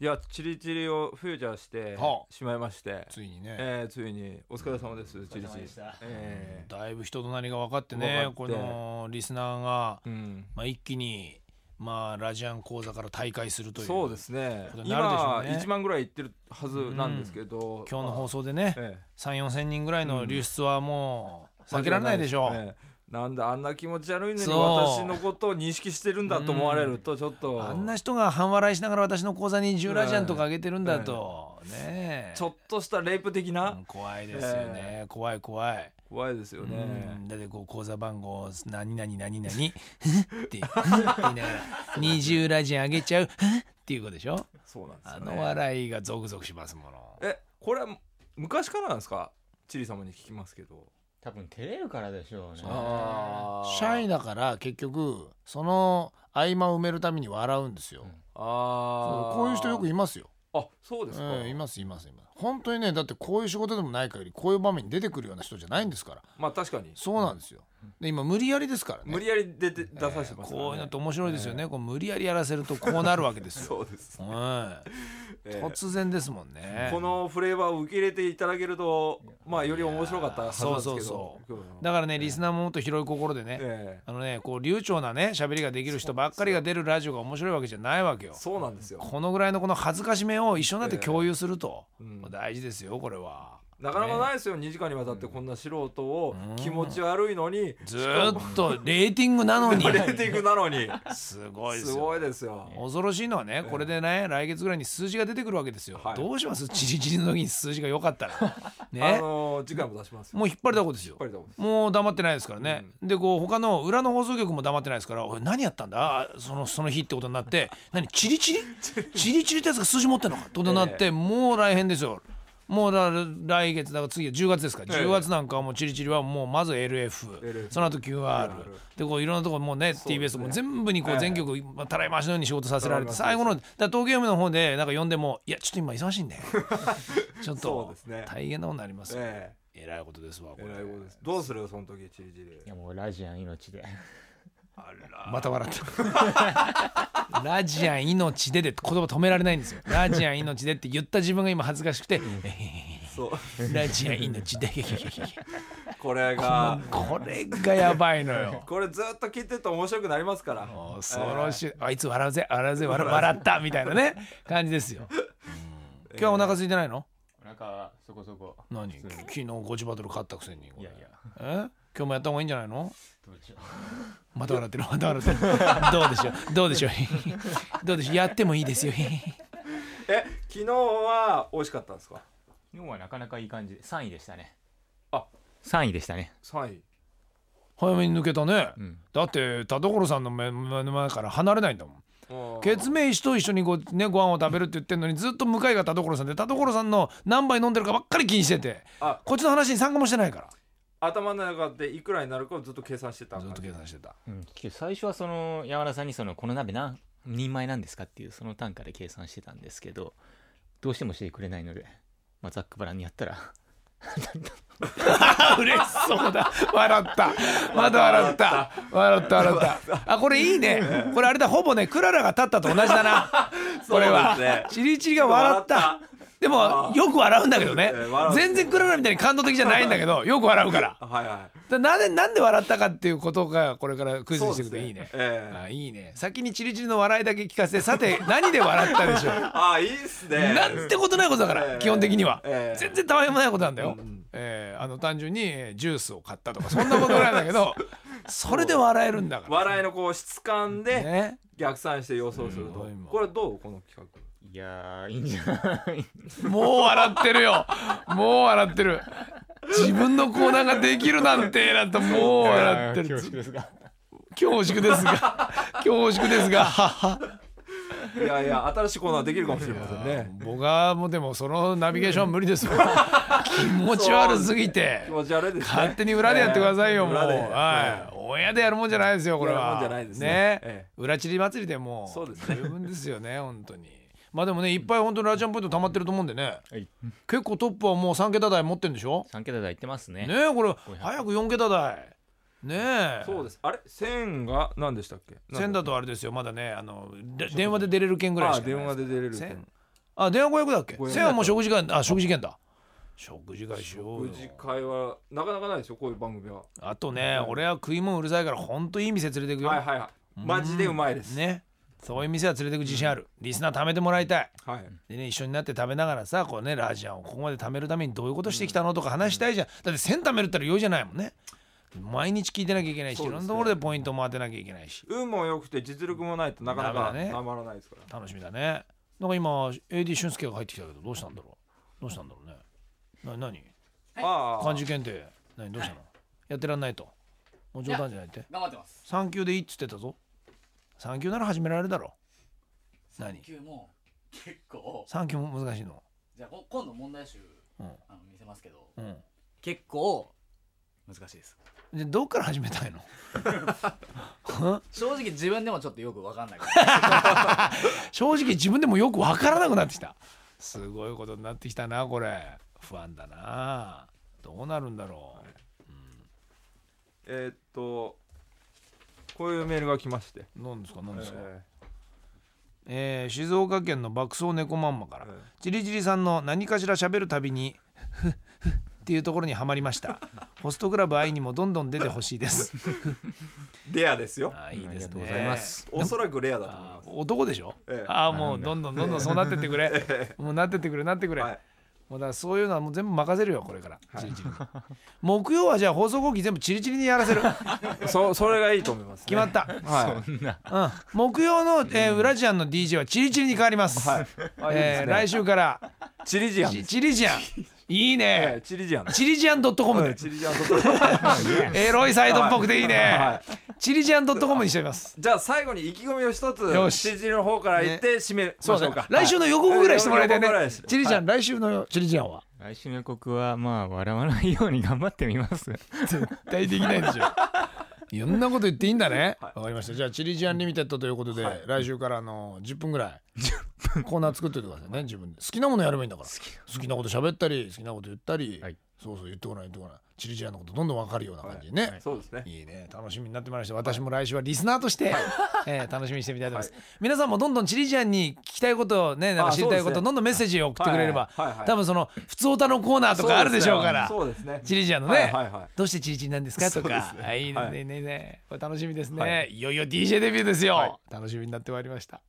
いやチリチリをフューチャーしてはしまいまして、ついにね、えーついにお疲れ様です、チリチお疲れ様リでしたえだいぶ人となりが分かって分ねかってこのリスナーが、ーうんまあ、一気に、まあ、ラジアン講座から退会するというそうですねことになるでしょ今うね1万ぐらいいってるはずなんですけど、今日の放送でねえ3 4千人ぐらいの流出はもうえ避けられないでしょう、ええなんだあんな気持ち悪いのにそう私のことを認識してるんだと思われるとちょっと、あんな人が半笑いしながら私の講座に10ラジアンとかあげてるんだと、ねえちょっとしたレイプ的な、うん怖いですよね、怖い怖い、怖いですよねう、んだってこう口座番号何々何々って言い ながら20ラジアンあげちゃう っていうことでしょそうなんですあよ、ね、の笑いがゾクゾクしますものえこれは昔からなんですかチリ様に聞きますけど多分照れるからでしょうねあーシャイだから結局その合間を埋めるために笑うんですよ、うんあそうーこういう人よくいますよ、あそうですか、うんいますいますいます本当にねだってこういう仕事でもない限りこういう場面に出てくるような人じゃないんですからまあ確かにそうなんですよで今無理やりですからね無理やり出て出させてますからねこういうのって面白いですよね、こう無理やりやらせると こうなるわけですよ、そうです、うん、ええ突然ですもんねこのフレーバーを受け入れていただけるとまあより面白かったはずなんですけどそうそそううだからねリスナーももっと広い心でね、ええあのねこう流暢なね喋りができる人ばっかりが出るラジオが面白いわけじゃないわけよそうなんですよこのぐらいのこの恥ずかしめを一緒になって共有すると、ええうんもう大事ですよこれはなかなかないですよ、2時間にわたってこんな素人を気持ち悪いのに、ずーっとレーティングな のにレーティングなの にすごいですすよごいですよ恐ろしいのはねこれでね来月ぐらいに数字が出てくるわけですよ、はいどうしますチリチリの時に数字が良かっ たらあねのー次回も出しますよもう引っ張りだこですやよっぱりどうももう黙ってないですからね、でこう他の裏の放送局も黙ってないですから「おい何やったんだあそのその日」ってことになって 「何チリチ リチリチリってやつが数字持ってんのか」ってことになって、もう大変ですよもうだから来月だから次は10月ですか、ええ10月なんかはもうチリチリはもうまず LF、 LF その後 QR でこういろんなところもうねうです TBS ねも全部にこえうえ全局まあたらい回しのように仕事させられてたらい最回し後のだから東京 M の方でなんか呼んでも「いやちょっと今忙しい んでちょっそうとですね大変なことになりますよ、ええらいことですわこえれ。えらいことですどうするよその時チリチリいやもうラジアン命でまた笑った。 ラジアン命ででって言葉止められないんですよ。ラジアン命でって言った自分が今恥ずかしくて、そう ラジアン命で。これがこれがやばいのよ。これずっと聞いてると面白くなりますから恐ろしい。あいつ笑うぜ、笑うぜ、笑笑ったみたいなね、感じですよ。今日はお腹空いてないのお腹はそこそこ何普通に昨日ゴチバトル勝ったくせに。こいれやいやえ今日もやった方がいいんじゃないのどうでしょうまた笑ってる、また笑ってる。どうでしょう、どうでしょう。どう でしょう、やってもいいですよ。え昨日は美味しかったんですか日本はなかなかいい感じで3位でしたねあ3位でしたね3位早めに抜けたね。うんだって田所さんの目目の前から離れないんだもんうんケツメイシと一緒にご,、ね、ご飯を食べるって言ってんのにずっと向かいが田所さんで田所さんの何杯飲んでるかばっかり気にしててあこっちの話に参加もしてないか頭の中でいくらになるかをずっと計算してたら感ずじっと計算してたうん、最初はその山田さんにその「この鍋何人前なんですか?」っていうその単価で計算してたんですけどどうしてもしてくれないので、まあ、ザックバランにやったらあ嬉しそうだ笑ったまた笑った笑った笑ったあこれいいねこれあれだほぼねクララが立ったと同じだなこれはそうですねチリチリが笑った笑でもよく笑うんだけどねええ笑う全然クララみたいに感動的じゃないんだけどよく笑うからあはいはだなぜなんで笑ったかっていうことがこれからクいイズにしていくといいねそうですええあいいね先にチリチリの笑いだけ聞かせてさて何で笑ったでしょうあいいっすねなんてことないことだから、ええ基本的には、ええ全然たわいもないことなんだよ、うんうんええあの単純にえージュースを買ったとかそんなことぐらいなんだ けどそれで笑えるんだから笑いのこう質感でね逆算して予想すると、うんこれどうこの企画いやーいいんじゃないもう笑ってるよもう笑ってる自分のコーナーができるなんてなんともう笑ってる恐縮ですが恐縮ですが恐縮ですがいやいや新しいコーナーできるかもしれませんね僕はもうでもそのナビゲーションは無理ですよ 気持ち悪すぎて気持ち悪いですね勝手に裏でやってくださいよ、もう、裏ではい、オンエアでやるもんじゃないですよこれやるもはんじゃないですねええ裏チリ祭りでもうそうですね十分ですよね本当にまあでもねいっぱい本当にラジャンポイント溜まってると思うんでねはい結構トップはもう3桁台持ってるんでしょ3桁台いってますねねえこれ早く4桁台ねえそうですあれ線が何でしたっけ千だとあれですよまだねあので電話で出れる券ぐらいしかないあ電話で出れる券千あ電話500だっけ500千はもう食事会あ食事券だ食事会しよう食よ事会はなかなかないですよこういう番組はあとね俺は食い物うるさいからほんといい店連れてくよ、はいはいはいマジでうまいです、ねそういう店は連れてく自信あるリスナー貯めてもらいたいはいでね一緒になって食べながらさこうねラジアンをここまで貯めるためにどういうことしてきたのとか話したいじゃんだって1000貯めるったら余裕じゃないもんね毎日聞いてなきゃいけないし、そういですねろんなところでポイントも当てなきゃいけないし運も良くて実力もないとなかなダかメだねたまらないですから楽しみだねなんか今 AD 俊介が入ってきたけどどうしたんだろうどうしたんだろうねな何ああ漢字検定何どうしたの、やってらんないともう冗談じゃないって頑張ってます3級でいいっつってたぞ3級なら始められるだろ何3級も結構3級も難しいのじゃあこ今度問題集うんあの見せますけどうん結構難しいですでどっから始めたいの正直自分でもちょっとよく分かんないから正直自分でもよくわからなくなってきたすごいことになってきたなこれ不安だなどうなるんだろう、えーっとこういうメールが来まして何ですか何ですか、ええー静岡県の爆走猫まんまから、うんちりちりさんの何かしら喋るたびに「ふっふっ」っていうところにはまりましたホストクラブ愛にもどんどん出てほしいですーレアですよあーあいいりですねがとうございますおそらくレアだと思いあまー男でしょ、ええああもうどんどんどんどんそうなってってくれもうなってってくれなってくすれ、はいもうだからそういうのはもう全部任せるよこれから、チリチリに木曜はじゃあ放送後期全部チリチリにやらせるそ それがいいと思います決まった、はそんなうん、木曜の、えーウラジアンの DJ はチリチリに変わります、はいあいいですえねー来週からいチリジアンチチリジアンいいえねえチリジアンチリジアン .com でチリジアンと はエロいサイトっぽくていいねい。チリジアンドットコムにしております。じゃあ最後に意気込みを一つよしチリジアンの方から言って締めましょうか来週の予告ぐらいしてもらいたいね予告ぐらです。チリジアン、来週のチリジアンは来週の予告はまあ笑わないように頑張ってみます絶対できないでしょ。いろんなこと言っていいんだね。わ、かりました。じゃあチリジアンリミテッドということで、来週からあの10分ぐらいコーナー作っておいてくださいね。自分で好きなものやればいいんだから。好きなこと喋ったり、好きなこと言ったり、はいそうそう言ってこない言ってこない。チリジアンのことどんどんわかるような感じね。そうですねいいね楽しみになってまいりました私も来週はリスナーとして、 えー楽しみにしてみたいと思います、皆さんもどんどんチリジアンに聞きたいことをねなんかあ知りたいこそうでと、すねどんどんメッセージを送ってくれれば、はいはいはい多分その普通歌のコーナーとかあるでしょうからそうですねチリジアンのね、はいはいはいどうしてチリチリなんですかとか、あいいねはいねねねこれ楽しみですね、い、よいよ DJ デビューですよ、はい楽しみになってまいりました